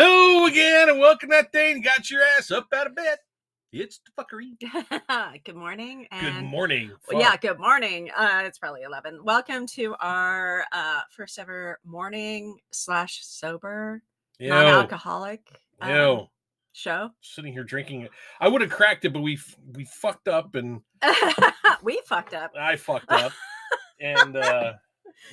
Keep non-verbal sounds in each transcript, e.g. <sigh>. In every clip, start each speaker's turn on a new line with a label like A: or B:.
A: again and welcome that thing and got your ass up out of bed. It's the fuckery.
B: <laughs> good morning. And
A: Good morning.
B: well, yeah, good morning. Uh, it's probably 11. Welcome to our uh, first ever morning slash sober non
A: Yo,
B: alcoholic um,
A: yo, <laughs>
B: show. <laughs>
A: sitting here drinking. it. I would have cracked it, but we f- we fucked up and
B: we fucked up.
A: I fucked
B: <laughs>
A: up. and uh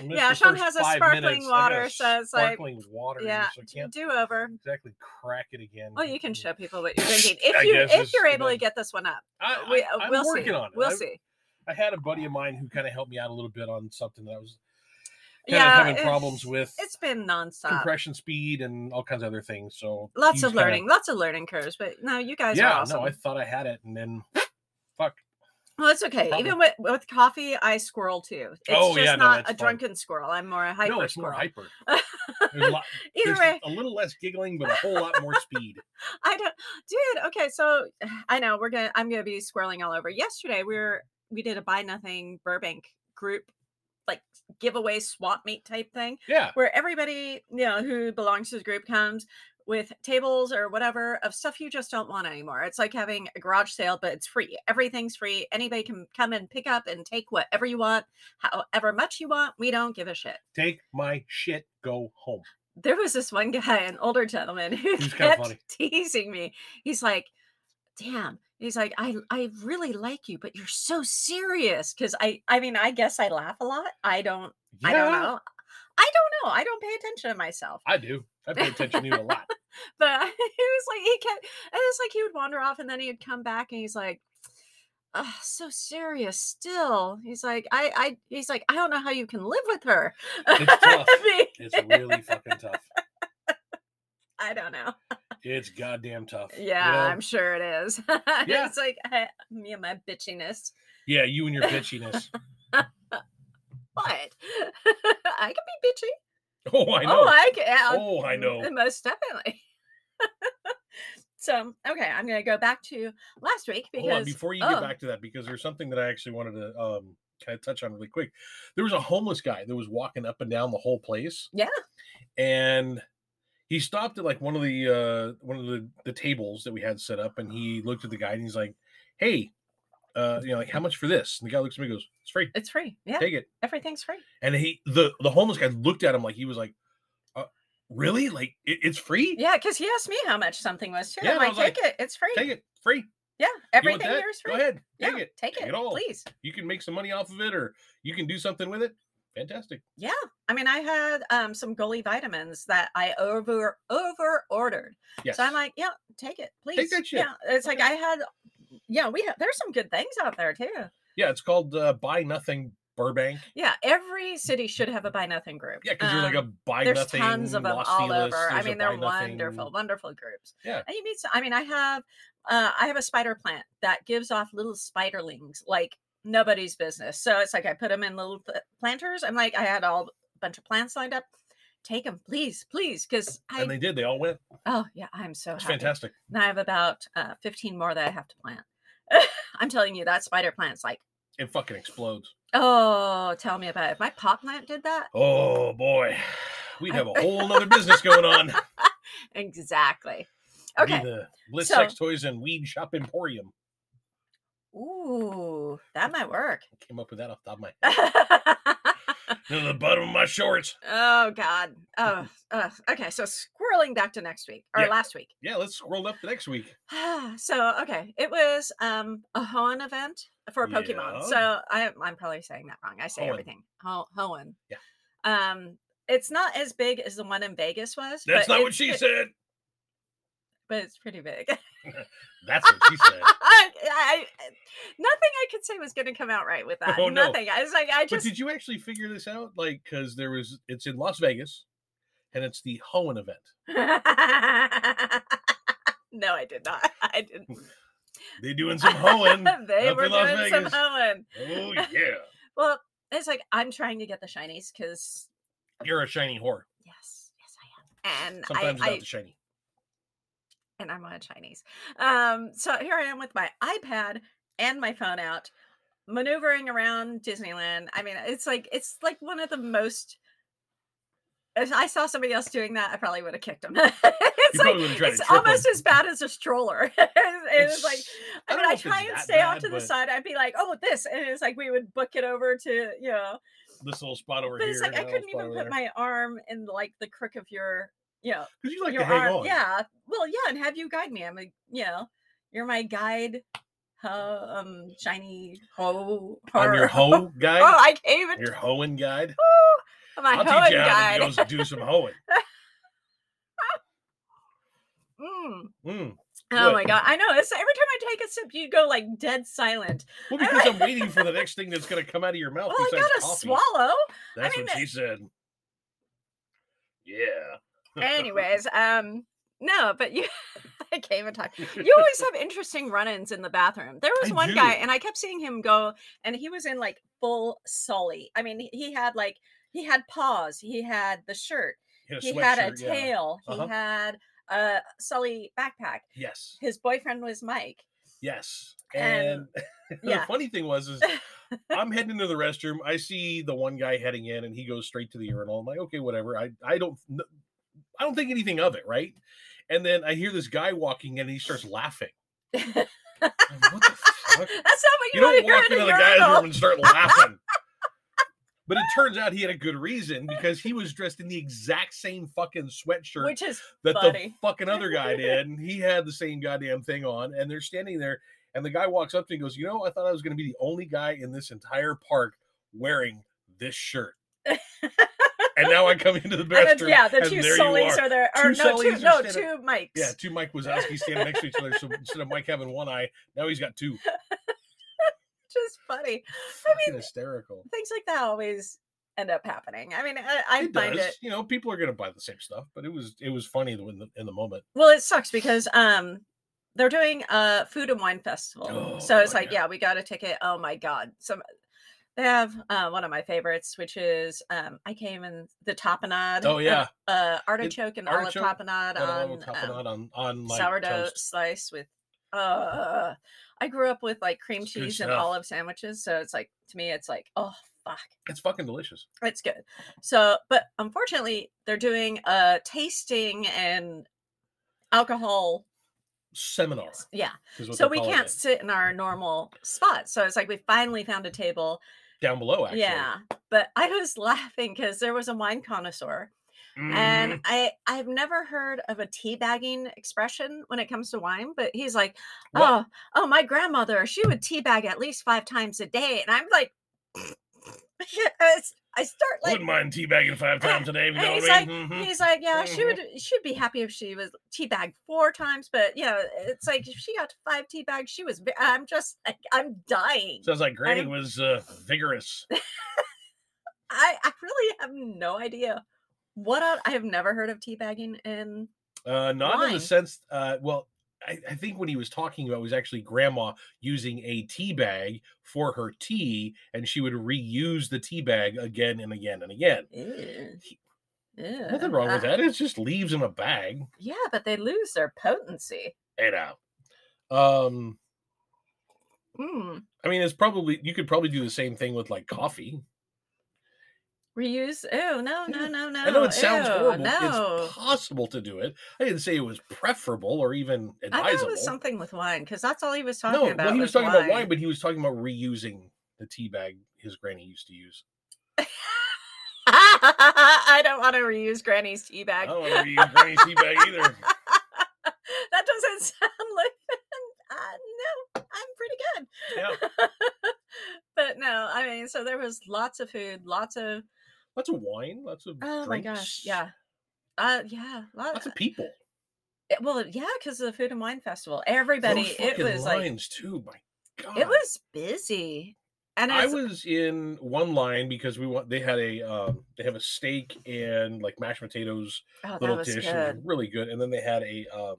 A: missed
B: Yeah,
A: the
B: Sean
A: first
B: has a
A: five
B: sparkling
A: minutes. I
B: water,
A: got a
B: so it's like,
A: sparkling water. here,
B: yeah,
A: so I can't
B: Do
A: <laughs>
B: over.
A: exactly crack it again.
B: Well, you can show people what you're drinking
A: I
B: if you
A: guess
B: if
A: it's
B: you're
A: the
B: able to
A: best.
B: get this one up.
A: uh, I,
B: We, uh,
A: I, am
B: we'll
A: working
B: see.
A: on it.
B: We'll
A: I,
B: see.
A: I had a buddy of mine who kind of helped me out a little bit on something that I was kind
B: yeah,
A: of having problems
B: it's-
A: with.
B: It's been nonstop.
A: compression speed and all kinds of other things. So
B: Lots
A: he's
B: of
A: kinda-
B: learning, lots of learning curves. But no, you guys
A: yeah,
B: are awesome.
A: no, I thought I had it, and then
B: Well, it's okay.
A: Problem.
B: Even with, with coffee, I squirrel too. It's
A: Oh,
B: just
A: yeah, no,
B: not
A: that's
B: a
A: fine.
B: drunken squirrel. I'm more a hyper
A: no, it's
B: squirrel.
A: more
B: <laughs>
A: hyper. There's, a, lot,
B: Either
A: there's
B: way,
A: a little less giggling, but a whole lot more speed.
B: I don't, dude. Okay, so <sighs> I know we're gonna. I'm gonna be squirreling all over. Yesterday, we were we did a buy nothing Burbank group like giveaway swap meet type thing
A: Yeah,
B: where everybody you know who belongs to the group comes with tables or whatever of stuff you just don't want anymore. It's like having a garage sale, but it's free. Everything's free. Anybody can come and pick up and take whatever you want, however much you want. We don't give a shit.
A: take my shit, go home.
B: There was this one <laughs> guy, an older gentleman, who
A: He's kinda
B: kept
A: funny.
B: teasing me. He's like, damn. He's like, I I really like you, but you're so serious. Cause I I mean, I guess I laugh a lot. I don't
A: Yeah,
B: I don't know. I don't know. I don't pay attention to myself.
A: I do. I pay attention to you a lot.
B: but <laughs> he was like he kept and it's like he would wander off and then he'd come back and he's like Ugh, so serious still he's like i i he's like i don't know how you can live with her
A: It's
B: <laughs>
A: tough.
B: I, mean,
A: It's really fucking tough.
B: I don't know
A: It's goddamn tough. you
B: yeah
A: know?
B: i'm sure it is <laughs>
A: Yeah.
B: it's like I, me and my bitchiness
A: yeah, you and your
B: <laughs>
A: bitchiness.
B: but <laughs> i can be bitchy
A: Oh, I know.
B: oh i can
A: Oh, I know.
B: most definitely <laughs> so okay i'm gonna go back to last week because
A: Hold on, before you get
B: oh.
A: back to that, because there's something that I actually wanted to um, kind of touch on really quick. There was a homeless guy that was walking up and down the whole place.
B: Yeah.
A: and he stopped at like one of the uh, one of the, the tables that we had set up, and he looked at the guy and he's like, "Hey, uh, you know, like how much for this?" And the guy looks at me, and goes, "It's free,
B: it's free yeah
A: take it."
B: everything's free
A: And he the the homeless guy looked at him like he was like, uh, "Really? Like it, it's free?
B: Yeah, because he asked me how much something was too.
A: Yeah,
B: I'm
A: and I
B: like,
A: was like,
B: take it, it's free.
A: Take it, free.
B: Yeah,
A: You want
B: everything
A: that?
B: here is free.
A: Go ahead,
B: Yeah,
A: take it."
B: take
A: Take
B: it,
A: it all.
B: please.
A: you can make some money off of it or you can do something with it fantastic
B: Yeah, I mean, I had um, some goalie vitamins that I over over ordered,
A: yes
B: so I'm like, yeah, take it, please.
A: that shit.
B: Yeah, it's like
A: Okay.
B: I had. Yeah, we have. There's some good things out there too.
A: yeah it's called uh, buy nothing burbank
B: Yeah, every city should have a buy nothing group.
A: yeah because there's like a
B: Um,
A: buy
B: there's
A: nothing
B: tons of them
A: Los
B: all
A: Feliz,
B: over. I
A: there's a
B: mean, they're
A: Buy Nothing-
B: wonderful, wonderful groups.
A: Yeah.
B: and you meet. Some, I mean, I have, uh, I have a spider plant that gives off little spiderlings like nobody's business. So it's like I put them in little pl- planters. I'm like, I had all a bunch of plants lined up. Take them, please, please, because I.
A: and they did they all went
B: oh yeah, I'm so
A: it's
B: happy.
A: fantastic
B: And I have about uh, 15 more that I have to plant. <laughs> I'm telling you, that spider plant's like,
A: it fucking explodes
B: oh, tell me about it. If my pot plant did that.
A: oh boy we'd
B: I- <laughs>
A: have a whole nother business going on It'd
B: Exactly.
A: be
B: <laughs> Okay.
A: the bliss
B: so-
A: sex toys and weed shop emporium
B: Ooh, that might work. <laughs>
A: came up with that off the top of my head
B: oh
A: to the bottom of my shorts
B: God.
A: Mm-hmm.
B: Oh, ugh. okay. So squirreling back to next week or
A: Yeah.
B: last week. <sighs>
A: yeah let's scroll up to next
B: <laughs>
A: week
B: so okay, it was um a Hoenn event for
A: Yeah.
B: Pokemon. So I, I'm probably saying that wrong. I say
A: Hoenn.
B: everything. Ho- Hoenn.
A: Yeah.
B: Um, it's not as big as the one in Vegas was.
A: that's
B: but
A: not what
B: it's
A: she
B: pre-
A: said
B: But it's pretty big. <laughs>
A: that's what she said
B: I, I- nothing I could say was going to come out right with that.
A: Oh, no.
B: Nothing. I was like, I
A: But
B: just
A: did you actually figure this out? Like, because there was, it's in Las Vegas, and it's the Hoenn event.
B: <laughs> no, I did not. <laughs> I didn't.
A: They doing some Hoenn.
B: <laughs> they
A: up
B: were
A: in Las
B: doing some
A: Vegas.
B: hoeing.
A: oh yeah,
B: Well, it's like I'm trying to get the shinies because
A: you're a shiny whore.
B: yes, yes I am, and
A: Sometimes
B: I,
A: not
B: I
A: the shiny.
B: and I'm on a Chinese. Um, so here I am with my iPad and my phone out, maneuvering around Disneyland. I mean, it's like it's like one of the most If I saw somebody else doing that, I probably would have kicked <laughs> him.
A: You
B: it's
A: probably
B: like,
A: would've tried to
B: it's
A: trip 'em.
B: almost
A: <laughs>
B: as bad as a stroller. <laughs> it was like,
A: It's-
B: I,
A: don't
B: mean,
A: know
B: I
A: if it's
B: try and
A: that
B: stay out
A: bad,
B: to the
A: but
B: side. I'd be like, oh, with this. And it's like, we would book it over to, you know,
A: This little spot over
B: but
A: here.
B: it's like, I couldn't even put
A: Because
B: my arm in like the crook of your, you know,
A: you like
B: your
A: to hang
B: arm.
A: on.
B: Yeah. Well, yeah. And have you guide me? I'm like, you know, you're my guide. Ho, um, shiny ho.
A: I'm
B: <laughs>
A: your
B: ho.
A: hoe
B: Oh,
A: guide.
B: I can't even.
A: Your hoeing guide.
B: Woo! <laughs> My
A: I'll teach
B: hoeing
A: you how to
B: guide.
A: go do some hoeing.
B: Mm.
A: <laughs> Mm.
B: Oh
A: Good.
B: my god, I know. It's every time I take a sip, you go like dead silent. <laughs>
A: Well, because I'm waiting for the next thing that's going to come out of your mouth.
B: Well, I
A: besides
B: gotta
A: coffee. <laughs>
B: swallow.
A: That's
B: mean, uh
A: what she said. Yeah.
B: Anyways, um, no, but you, <laughs> I can't even talk.
A: <laughs>
B: You always have interesting run-ins in the bathroom. There was
A: I
B: one guy,
A: do.
B: and I kept seeing him go, and he was in like full solly. I mean, he- he had like he had paws, he had the shirt,
A: Hit a
B: he had a
A: sweatshirt, yeah.
B: tail,
A: Uh-huh.
B: he had a sully backpack.
A: Yes.
B: His boyfriend
A: <laughs>
B: was Mike.
A: Yes. And <laughs>
B: And-
A: the
B: yeah. <laughs>
A: funny thing was is I'm heading into the restroom. I see the one guy heading in and he goes straight to the urinal. I'm like, okay, whatever. I, I don't kn- I don't think anything of it, right? And then I hear this guy walking in and he starts laughing.
B: That's
A: I'm like, what the fuck?
B: <laughs> not what
A: You
B: you,
A: don't
B: want to hear
A: walk
B: in
A: into
B: a
A: the guy's
B: urinal.
A: room and start
B: <laughs>
A: laughing. But it turns out he had a good reason because he was dressed in the exact same fucking sweatshirt <laughs>
B: Which is uh,
A: that the
B: funny.
A: fucking other guy did. And he had the same goddamn thing on. And they're standing there. And the guy walks up to me and goes, You know, I thought I was going to be the only guy in this entire park wearing this
B: <laughs>
A: shirt. and now I come into the
B: And
A: restroom.
B: the, yeah, the
A: and
B: two
A: there you
B: Sullys
A: are.
B: are there. Or
A: Two
B: no,
A: Sullys
B: two,
A: are
B: no,
A: standing-
B: two Mikes.
A: Yeah, two Mike Wazowski standing next to each other. So instead of Mike having one eye, now he's got
B: <laughs>
A: two.
B: Just funny.
A: Fucking hysterical.
B: Things like that always end up happening. I mean, I, I
A: It
B: find
A: does.
B: it.
A: You know, people are going to buy the same stuff, but it was it was funny in the, in the moment.
B: Well, it sucks because um they're doing a food and wine festival.
A: Oh,
B: so it's
A: my
B: like,
A: God.
B: yeah, we got a ticket. Oh my god. Some they have uh, one of my favorites, which is um, I came in the tapenade.
A: Oh
B: an-
A: yeah, Oh,
B: uh, artichoke and olive
A: artichoke,
B: tapenade
A: Got a little
B: on um,
A: tapenade on on like
B: sourdough
A: toast.
B: slice with uh I grew up with like cream
A: It's good
B: cheese and
A: stuff.
B: olive sandwiches, so it's like to me it's like, oh fuck.
A: It's fucking delicious.
B: It's good. So but unfortunately they're doing a tasting and alcohol
A: Seminar.
B: yeah.
A: is what
B: So
A: they're
B: we
A: calling
B: can't
A: it.
B: sit in our normal spot. So it's like we finally found a table.
A: down below. Actually,
B: Yeah. But I was <laughs> laughing because there was a wine connoisseur
A: Mm-hmm.
B: and I I've never heard of a teabagging expression when it comes to wine, but he's like,
A: What?
B: oh oh my grandmother she would teabag at least five times a day, and I'm like, <laughs> it's- I start like.
A: wouldn't mind teabagging
B: <laughs>
A: five times a day. if You
B: and
A: know
B: he's
A: what I
B: like,
A: mean? Mhm.
B: he's like, yeah, she would, she'd be happy if she was teabagged four times, but you know, it's like if she got to five teabags, she was. ve- I'm just, like, I'm dying.
A: Sounds like Granny
B: I'm-
A: was uh,
B: <laughs>
A: vigorous.
B: I, I really have no idea what on, I have never heard of teabagging in.
A: Uh, not in the
B: Wine.
A: sense. Uh, well, I, I think what he was talking about was actually Grandma using a tea bag for her tea, and she would reuse the tea bag again and again and again.
B: Ew.
A: Nothing
B: Ew.
A: wrong with
B: Uh,
A: that. It's just leaves in a bag.
B: Yeah, but they lose their potency.
A: You know. Um,
B: Mm.
A: I mean, it's probably you could probably do the same thing with like coffee.
B: Reuse. Oh no, no, no, no.
A: I know it sounds
B: Oh, ew,
A: horrible.
B: No.
A: It's possible to do it. I didn't say it was preferable or even
B: I thought it
A: advisable.
B: was something with wine because that's all he was talking
A: no,
B: about.
A: well, he was
B: was
A: talking about wine, but he was talking about reusing the tea bag his granny used to use.
B: <laughs> I don't want to reuse Granny's tea
A: I
B: bag.
A: don't
B: <laughs>
A: want to reuse granny's tea bag either.
B: that doesn't sound like. <laughs> Uh, no, I'm pretty good.
A: Yeah,
B: <laughs> But no, I mean, so there was lots of food, lots of.
A: lots of wine, lots of
B: Oh my
A: drinks,
B: gosh, yeah. Uh, yeah, lot-
A: lots of people.
B: it- well, yeah, because of the food and wine festival, everybody,
A: Those
B: it
A: fucking
B: was like
A: lines too. My God,
B: It was busy. And
A: I
B: it's,
A: was in one line because we want they had a um, they have a steak and like mashed potatoes
B: oh, that
A: little
B: was
A: dish. It was
B: good.
A: really good. And then they had a um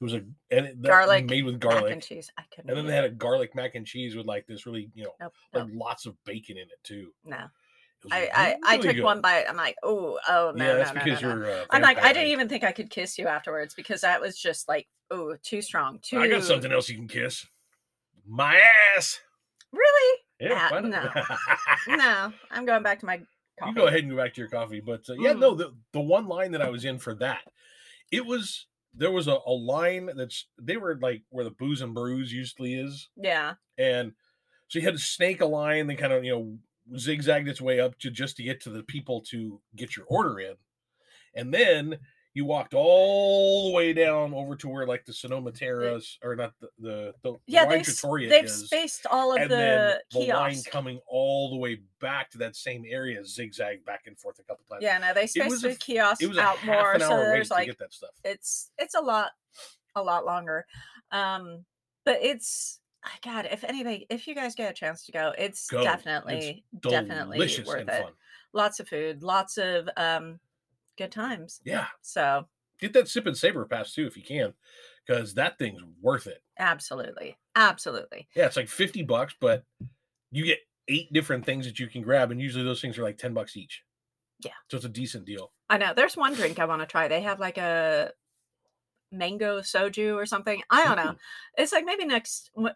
A: it was a and it, that
B: Garlic
A: made with
B: Mac
A: garlic.
B: and
A: And,
B: cheese. I couldn't.
A: then
B: eat
A: they
B: it.
A: had a garlic mac and cheese with like this really, you know,
B: nope,
A: like
B: nope,
A: lots of bacon in it too.
B: no.
A: It was
B: Oh. I, I, I
A: really
B: took
A: good.
B: one bite. I'm like, oh, oh no,
A: yeah, that's
B: no, no,
A: because
B: no, no.
A: you're uh,
B: I'm like, I
A: vampire.
B: didn't even think I could kiss you afterwards because that was just like, oh, too strong. Too.
A: I got something else you can kiss. My ass.
B: Really?
A: Yeah, <laughs>
B: Ah,
A: why not?
B: no. No, I'm going back to my
C: coffee.
A: You go ahead and go back to your coffee. But uh, yeah,
B: Mm.
A: no, the, the one line that I was in for that, it was there was a, a line that's they were like where the booze and brews usually is.
C: Yeah.
A: And so you had to snake a line that kind of, you know, zigzagged its way up to just to get to the people to get your order in. And then you walked all the way down over to where like the Sonoma Terrace or not the the, the
C: Yeah,
A: wine
C: they've, s-
A: trattoria
C: they've
A: is,
C: spaced all of
A: and then
C: the,
A: the line
C: kiosks.
A: coming all the way back to that same area, zigzag back and forth a couple times.
C: yeah, no, they
A: was
C: spaced
A: a
C: the
A: f-
C: kiosks
A: it was a
C: out
A: half
C: more.
A: an
C: So
A: hour wait
C: there's
A: to
C: like
A: get that stuff.
C: it's it's a lot a lot longer um but it's ah, god if anybody if you guys get a chance to go it's
A: Go. It's
C: definitely definitely
A: Delicious
C: worth
A: and
C: it
A: fun.
C: lots of food lots of um good times
A: Yeah,
C: so
A: get that sip and savor pass too if you can, because that thing's worth it.
C: absolutely absolutely
A: Yeah, it's like fifty bucks, but you get eight different things that you can grab, and usually those things are like ten bucks each.
C: Yeah.
A: so it's a decent deal.
C: i know there's one drink i want to try they have like a mango soju or something i don't know
A: Ooh,
C: it's like maybe next w-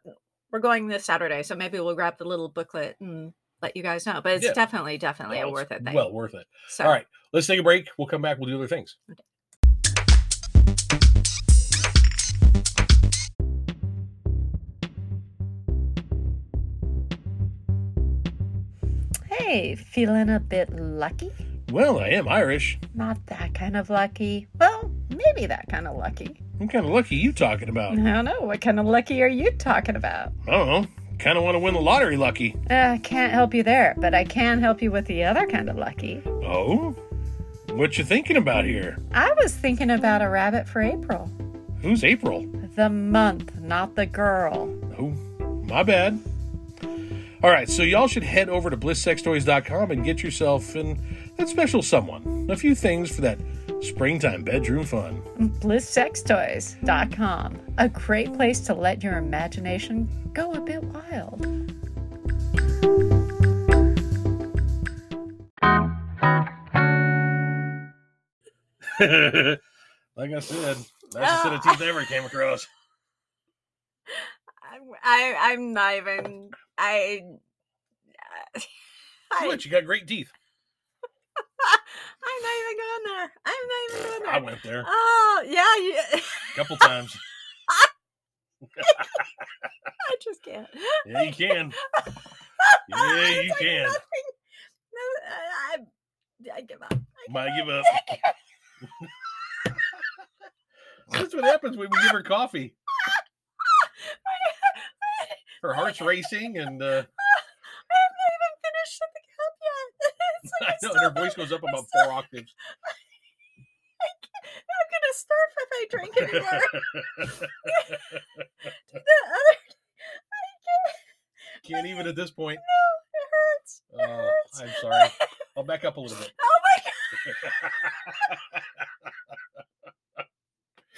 C: we're going this saturday so maybe we'll grab the little booklet and let you guys know but it's
A: Yeah.
C: definitely definitely
A: no,
C: a
A: it's
C: worth it thing
A: Well worth it.
C: so
A: All right, let's take a break. We'll come back. We'll do other things.
B: Hey, feeling a bit lucky?
A: Well, I am Irish.
B: Not that kind of lucky. Well,
C: maybe that kind of lucky
A: I'm kind of lucky. You talking about?
B: I don't know. What kind of lucky are you talking about?
A: I don't know. Kind of want to win the lottery, lucky.
B: I can't help you there, but I can help you with the other kind of lucky.
A: Oh, what you thinking about here?
B: I was thinking about a rabbit for April.
A: Who's April?
B: The month, not the girl.
A: Oh, my bad. All right, so y'all should head over to blisssextoys.com and get yourself and that special someone a few things for that springtime bedroom fun.
B: BlissSexToys.com. A great place to let your imagination go a bit wild.
A: <laughs> like I said, that's the set of teeth I ever came across.
C: I'm, I, I'm not even. I. <laughs> I,
A: What? You got great teeth.
C: I'm not even going there. I'm not even going there.
A: I went there a
C: Oh yeah, you, <laughs>
A: couple times.
C: I just can't. <laughs>
A: Yeah, you can. Yeah,
C: It's
A: you
C: like
A: can.
C: nothing- No, I, I, I give up. I
A: Might
C: give
A: give up.
C: I give up.
A: <laughs> That's what happens when we give her coffee. Her heart's racing, and uh, <laughs>
C: I have not even finished the cup yet. <laughs> It's like
A: I
C: it's
A: know, and her
C: still-
A: voice goes up
C: I
A: about
C: still-
A: four octaves.
C: I'm gonna starve if I <laughs> drink anymore. the other, I can't.
A: <laughs> Can't even at this point.
C: No, it hurts. It
A: Oh,
C: hurts.
A: I'm sorry. I'll back up a little bit.
C: Oh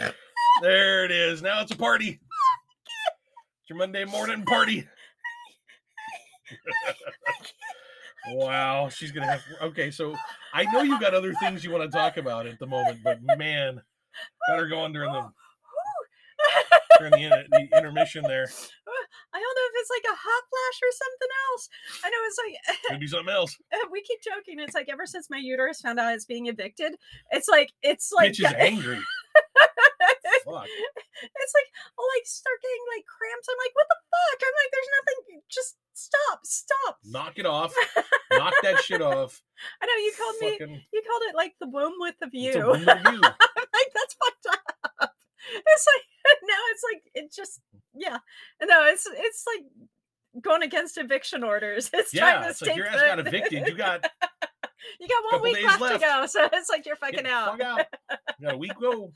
C: my <laughs> god.
A: there it is. Now it's a party. It's your Monday morning party. wow, she's gonna have. Okay, so I know you got other things you want to talk about at the moment, but man, got her going during the
C: Whew.
A: during the, inter- the intermission there.
C: I don't know if it's like a hot flash or something else. I know it's like
A: Could be something else.
C: we keep joking. It's like ever since my uterus found out it's being evicted, it's like it's <laughs> like
A: Bitch is
C: <laughs>
A: angry.
C: it's
A: Fuck.
C: like I'll like start getting like cramps. I'm like, what the fuck? I'm like, there's nothing. Just stop, stop.
A: Knock it off. Knock that shit off.
C: I know <laughs> you called me.
A: Fucking,
C: You called it like the womb width of you.
A: It's a
C: <laughs>
A: woman you.
C: like that's fucked up. It's like <laughs> now it's like it just yeah. No, it's it's like going against eviction orders. <laughs> It's trying
A: Yeah,
C: to
A: it's like
C: stink
A: your ass got
C: the-
A: evicted. You got
C: <laughs> You got one
A: couple
C: week
A: days
C: left,
A: left.
C: to go, <laughs> so it's like you're
A: get
C: fucking
A: the
C: out.
A: fuck out. You got a week go.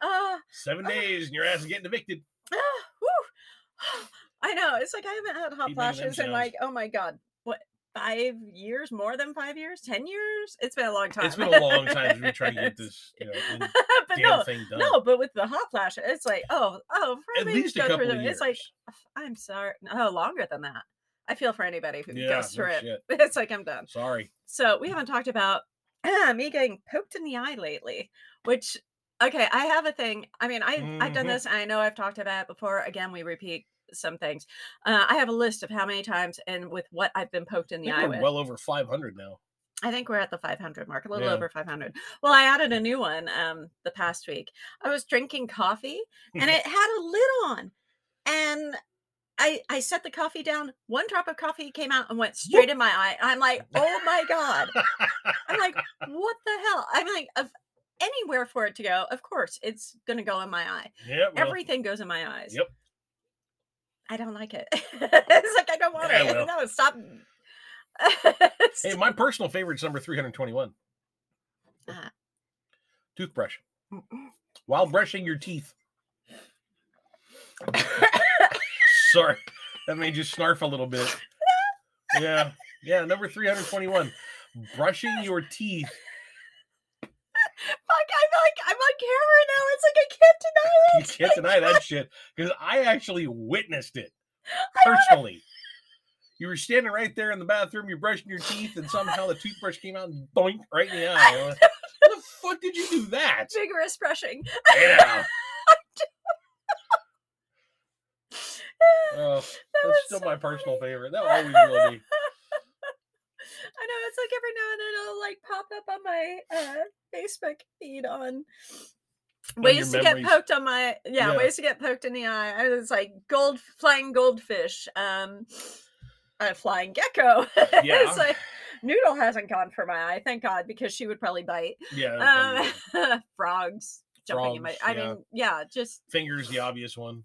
C: Uh,
A: Seven days and your ass is getting
C: <laughs>
A: evicted.
C: ah, whew. <sighs> I know. It's like I haven't had hot
A: Keep making them
C: flashes in
A: sounds.
C: like oh my god, what five years? More than five years? Ten years? It's been a long time.
A: It's been a
C: <laughs>
A: long time since we tried to get this you know, in-
C: but
A: damn
C: no,
A: thing done.
C: no. But with the hot flashes, it's like oh oh, for
A: At
C: me to
A: least a
C: go through
A: couple of
C: them,
A: years.
C: It's like I'm sorry. No, longer than that. I feel for anybody who
A: Yeah,
C: goes
A: no
C: through it.
A: shit.
C: <laughs> It's like I'm done.
A: Sorry.
C: So we haven't talked about <clears throat> me getting poked in the eye lately, which okay, I have a thing. I mean, I I've done
A: Mhm.
C: this. I know I've talked about it before. Again, we repeat some things. Uh, I have a list of how many times and with what I've been poked in
A: I
C: the
A: think
C: eye
A: we're
C: with.
A: well over 500 now. <laughs>
C: I think we're at the 500 mark, a little
A: Yeah.
C: over 500. Well, I added a new one um, the past week. I was drinking coffee and it had a lid on. And I, I set the coffee down. One drop of coffee came out and went straight in my eye. I'm like, oh my God. I'm like, what the hell? I'm like, of anywhere for it to go, of course, it's going to go in my eye.
A: yeah, well,
C: Everything goes in my eyes.
A: Yep.
C: I don't like it. <laughs> it's like, I don't want
A: Yeah,
C: it.
A: well.
C: No, stop. <laughs>
A: hey, my personal favorite's number 321.
C: Ah.
A: Toothbrush. While brushing your
C: <coughs>
A: teeth. Sorry. That made you snarf a little bit.
C: <laughs>
A: Yeah. Yeah. Number 321. Brushing your teeth.
C: Fuck, I'm like I'm on camera now. It's like I can't deny
A: <laughs>
C: it.
A: You can't deny that shit. Because I actually witnessed it
C: I don't know.
A: personally. You were standing right there in the bathroom, you're brushing your teeth, and somehow the toothbrush came out and boink right in the eye. I'm like, How the fuck did you do that?
C: vigorous brushing. <laughs>
A: Yeah.
C: <laughs>
A: Oh,
C: was
A: that's still
C: so
A: my personal
C: funny.
A: favorite. That always will be.
C: I know it's like every now and then it'll like pop up on my uh, Facebook feed on
A: your
C: ways to get
A: memories.
C: poked on my yeah,
A: Yeah.
C: ways to get poked in the eye. I was like gold flying goldfish, um, a flying gecko. <laughs>
A: Yeah.
C: it's like noodle hasn't gone for my eye, thank God, because she would probably bite.
A: Yeah. that's
C: Um, <laughs>
A: probably it.
C: frogs jumping in my.
A: Frogs,
C: I
A: yeah.
C: mean, yeah, just <laughs>
A: fingers, the obvious one.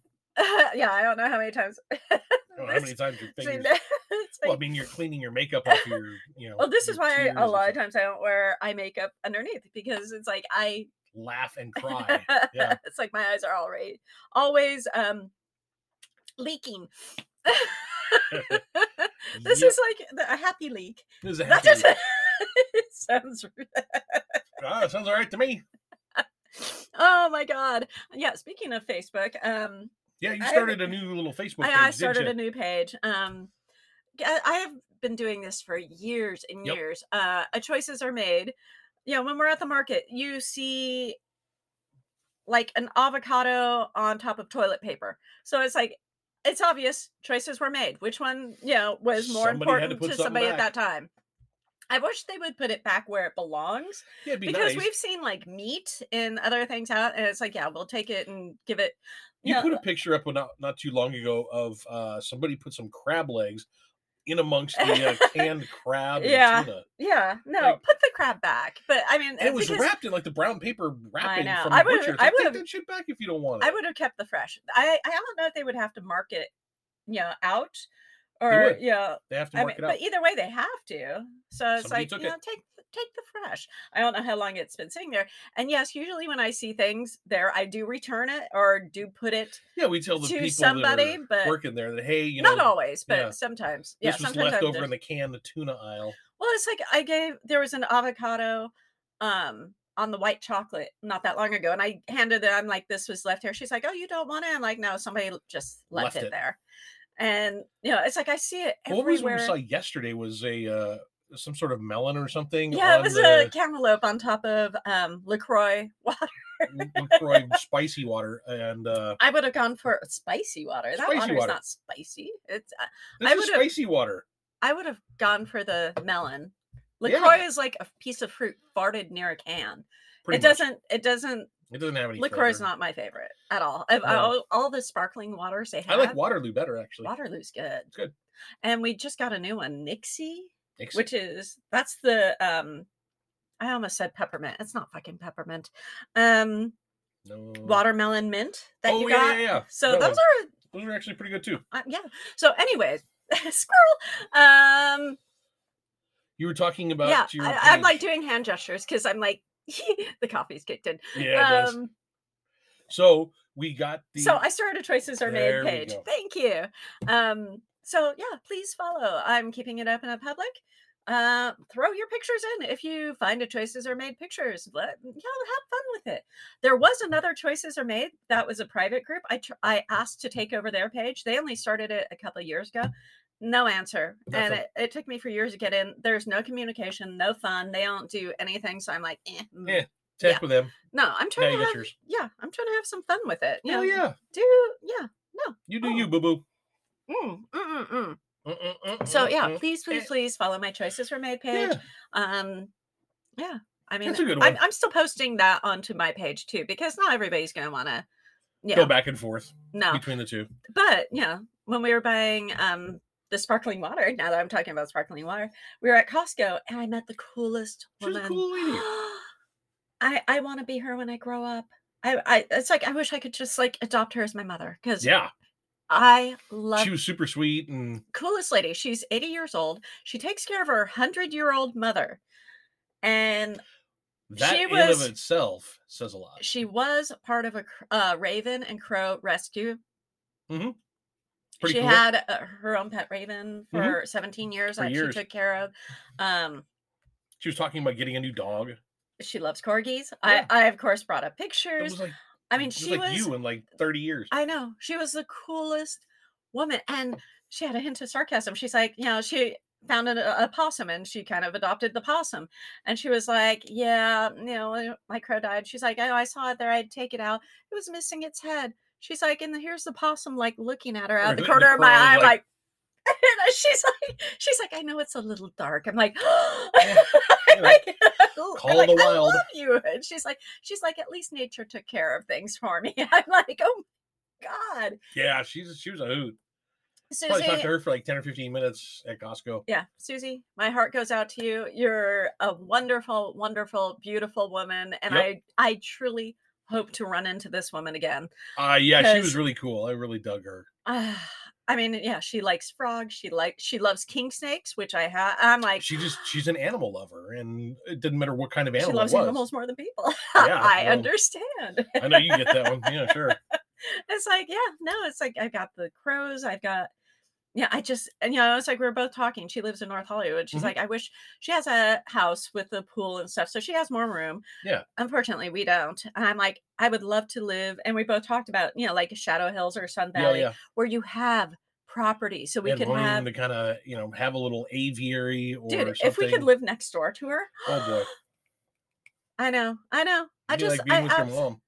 C: yeah. I don't know how many times.
A: I
C: <laughs>
A: don't know how many times your
C: seen
A: fingers.
C: that. <laughs> It's
A: Well, I
C: like-
A: mean, you're cleaning your makeup off your, you know.
C: Well, this
A: your
C: is why
A: tears
C: I, a
A: and
C: lot of
A: stuff.
C: times I don't wear eye makeup underneath because it's like I,
A: laugh
C: <laughs>
A: and cry. Yeah.
C: it's like my eyes are already always um leaking. <laughs> this
A: Yep,
C: is like the, a happy leak.
A: this is a
C: That
A: happy
C: doesn't
A: week.
C: it <laughs> sounds. rude.
A: Ah, sounds all right to me.
C: Oh my god! Yeah. Speaking of Facebook, um,
A: Yeah, you
C: I-
A: started a new little Facebook page.
C: I, I
A: didn't
C: started
A: ya?
C: a new page. Um, g- I I have been doing this for years and
A: Yep.
C: years. Uh, uh, choices are made. You know, when we're at the market, you see like an avocado on top of toilet paper. So it's like, it's obvious choices were made. Which one, you know, was more
A: Somebody had to
C: important
A: put
C: to,
A: something
C: somebody at
A: back.
C: that time? I wish they would put it back where it belongs
A: Yeah, it'd be
C: because
A: nice.
C: we've seen like meat and other things out, and it's like, yeah, we'll take it and give it.
A: You
C: know,
A: put a picture up not, not too long ago of uh, somebody put some crab legs in amongst the
C: <laughs>
A: uh, canned crab and
C: Yeah.
A: tuna.
C: Yeah, no,
A: Like-
C: put the crab back. But I mean,
A: And it was
C: because
A: wrapped in like the brown paper wrapping
C: know.
A: from
C: I
A: the
C: would've-
A: butcher. It's
C: I
A: like,
C: would've-
A: Take that shit back if you don't want it.
C: I would have kept the fresh. I I don't know if they would have to mark it, you know, out or
A: would.
C: you know,
A: They have to
C: I
A: mark
C: mean,
A: it up.
C: but either way, they have to. So it's
A: Somebody
C: like
A: took
C: you know,
A: it.
C: take take the fresh. I don't know how long it's been sitting there. And yes, usually when I see things there, I do return it or do put it.
A: yeah, we tell the
C: to
A: people
C: somebody,
A: that are
C: but
A: working there that hey, you know,
C: Not always, but
A: yeah.
C: sometimes. Yeah,
A: this was
C: sometimes I
A: left
C: would
A: over
C: just-
A: in the canned tuna aisle.
C: Well, it's like I gave there was an avocado um on the white chocolate not that long ago, and I handed it. I'm like, this was left here. She's like, oh, you don't want it. I'm like, no, somebody l- just left,
A: Left
C: it,
A: it.
C: there. And you know, it's like I see it
A: What was what
C: everywhere.
A: we saw yesterday was a uh, some sort of melon or something.
C: yeah,
A: on
C: it was a
A: the
C: cantaloupe on top of um Lacroix water.
A: LaCroix spicy water, and uh,
C: <laughs> I would have gone for spicy water. That
A: Spicy
C: water is
A: water.
C: not spicy. It's uh,
A: this
C: I
A: is
C: would've-
A: spicy water.
C: I would have gone for the melon.
A: Yeah.
C: Lacroix is like a piece of fruit farted near a can.
A: Pretty
C: it
A: much.
C: doesn't. It doesn't
A: It doesn't have any.
C: Liqueur is
A: flavor.
C: not my favorite at all. Of
A: No.
C: all, all the sparkling waters they have,
A: I like Waterloo better actually.
C: Waterloo's good.
A: good.
C: And we just got a new one, Nixie,
A: Nix-
C: which is that's the um I almost said peppermint. It's not fucking peppermint. Um
A: no.
C: watermelon mint that
A: Mm. oh,
C: you
A: yeah,
C: got.
A: yeah, yeah.
C: So
A: That
C: those
A: one. those
C: are
A: are actually pretty good too.
C: uh, yeah. So anyways, <laughs> squirrel. Um
A: You were talking about
C: yeah,
A: your
C: I, I'm
A: page.
C: like doing hand gestures because I'm like <laughs> the coffee's kicked in.
A: yeah. it does.
C: um
A: So we got the
C: so I started a Choices Are
A: There
C: Made
A: we
C: page.
A: go.
C: Thank you. Um, so yeah, please follow. I'm keeping it open and public. Uh, throw your pictures in if you find a Choices Are Made pictures. Let, you know, have fun with it. There was another Choices Are Made that was a private group. I tr- I asked to take over their page. They only started it a couple of years ago. No answer. And
A: Nothing.
C: it, it took me for years to get in. There's no communication, no fun. They don't do anything. So I'm like, eh, mm.
A: Eh, tech
C: yeah.
A: with them.
C: no, I'm
A: Now
C: trying
A: you
C: to
A: got
C: have,
A: yours.
C: yeah, I'm trying to have some fun with it. you
A: Oh
C: know,
A: yeah,
C: Do, yeah.
A: you do
C: Oh.
A: you, boo boo.
C: Mm, mm, mm, mm.
A: Mm, mm, mm,
C: So
A: mm,
C: yeah,
A: mm.
C: please, please,
A: Eh.
C: please follow my choices were made page.
A: yeah.
C: Um, yeah, I mean,
A: That's a good
C: I'm,
A: one.
C: I'm still posting that onto my page too because not everybody's going to want to. Yeah,
A: Go back and forth <laughs>
C: no,
A: between the two.
C: but yeah, when we were buying um the sparkling water, now that I'm talking about sparkling water, we were at Costco and I met the coolest
A: She's
C: woman.
A: a cool lady.
C: <gasps> I I want to be her when I grow up. I, I it's like I wish I could just like adopt her as my mother because
A: Yeah,
C: I love
A: she was super sweet and
C: coolest lady. She's 80 years old. She takes care of her 100 year old mother. And
A: that
C: She
A: in
C: was-
A: of itself says a lot.
C: she was part of a cr- uh, raven and crow rescue.
A: Mm-hmm. Pretty
C: she
A: cool.
C: had uh, her own pet raven for
A: Mhm.
C: 17 years
A: For
C: that
A: years.
C: she took care of. Um,
A: she was talking about getting a new dog. It
C: she loves corgis.
A: Yeah.
C: I, I, of course, brought up pictures.
A: was like
C: I mean,
A: it was
C: she
A: like
C: was,
A: you in like 30 years.
C: <laughs> I know, she was the coolest woman. And she had a hint of sarcasm. She's like, you know, she found an, a, a possum and she kind of adopted the possum. And she was like, yeah, you know, uh, my crow died. She's like, oh, I saw it there. I'd take it out. It was missing its head. She's like, and here's the possum, like looking at her out
A: Right,
C: of the
A: the
C: corner of my
A: crow,
C: eye,
A: like-
C: like. <laughs> and she's like, she's like, I know it's a little dark. I'm like, <gasps> <laughs>
A: you know,
C: like, I'm
A: call
C: like,
A: the
C: I
A: wild.
C: love you. And she's like, she's like, at least nature took care of things for me. <laughs> I'm like, oh my god,
A: yeah, she's she was a hoot. Probably talked to
C: <laughs> Susie.
A: her for like 10 or 15 minutes at Costco.
C: Yeah, Susie, my heart goes out to you. You're a wonderful, wonderful, beautiful woman, and
A: Yep.
C: I, I truly hope to run into this woman again.
A: Uh yeah, she was
C: Because-
A: really cool. I really dug her.
C: Ah, I mean, yeah, she likes frogs. She like she loves king snakes, which I have. I'm like,
A: She just she's an animal lover, and it didn't matter what kind of animal
C: she loves
A: it was.
C: animals more than people. <laughs>
A: Yeah,
C: I
A: well,
C: understand.
A: I know you get that one. Yeah,
C: <laughs>
A: sure.
C: it's like yeah no it's like i've got the crows i've got yeah i just and you know it's like we are both talking she lives in north hollywood she's
A: Mhm.
C: like i wish she has a house with a pool and stuff so she has more room
A: Yeah.
C: unfortunately we don't and i'm like i would love to live and we both talked about you know like shadow hills or sun
A: Yeah,
C: valley
A: yeah.
C: where you have property so we
A: had
C: can
A: room
C: have
A: to kind of you know have a little aviary or
C: dude
A: something.
C: if we could live next door to her
A: oh boy,
C: i know i know i
A: It'd be
C: just
A: like being
C: I,
A: with
C: I,
A: your mom.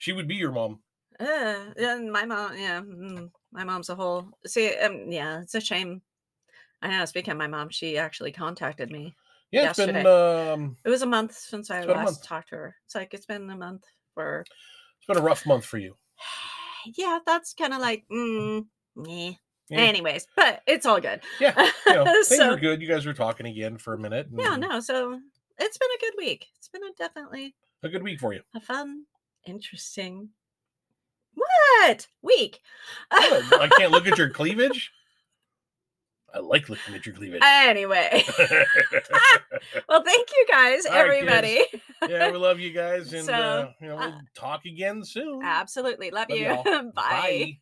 A: She would be your mom.
C: Uh, and my mom, yeah, mm, my mom's a whole. See, um, yeah, it's a shame. I know. Speaking of my mom, she actually contacted me.
A: Yeah, it's been
C: Yesterday.
A: um,
C: It was a month since I
A: It's been a
C: last
A: month.
C: talked to her. It's like it's been a month for.
A: it's been a rough month for you.
C: Yeah, that's kind of like, mm, meh.
A: Yeah.
C: Anyways, but it's all good.
A: Yeah, You
C: <laughs>
A: know, things
C: so
A: are good. You guys were talking again for a minute.
C: yeah,
A: and
C: no. So it's been a good week. It's been a definitely
A: a good week for you.
C: a fun, interesting. What week?
A: What? I can't look at your cleavage. I like looking at your cleavage.
C: <laughs>
A: <laughs>
C: anyway. Well, thank you guys,
A: All right, kids.
C: everybody.
A: yeah, we love you guys, and
C: So,
A: uh, you know,
C: uh,
A: we'll talk again soon.
C: Absolutely. Love,
A: Love
C: you.
A: y'all.
C: <laughs> Bye.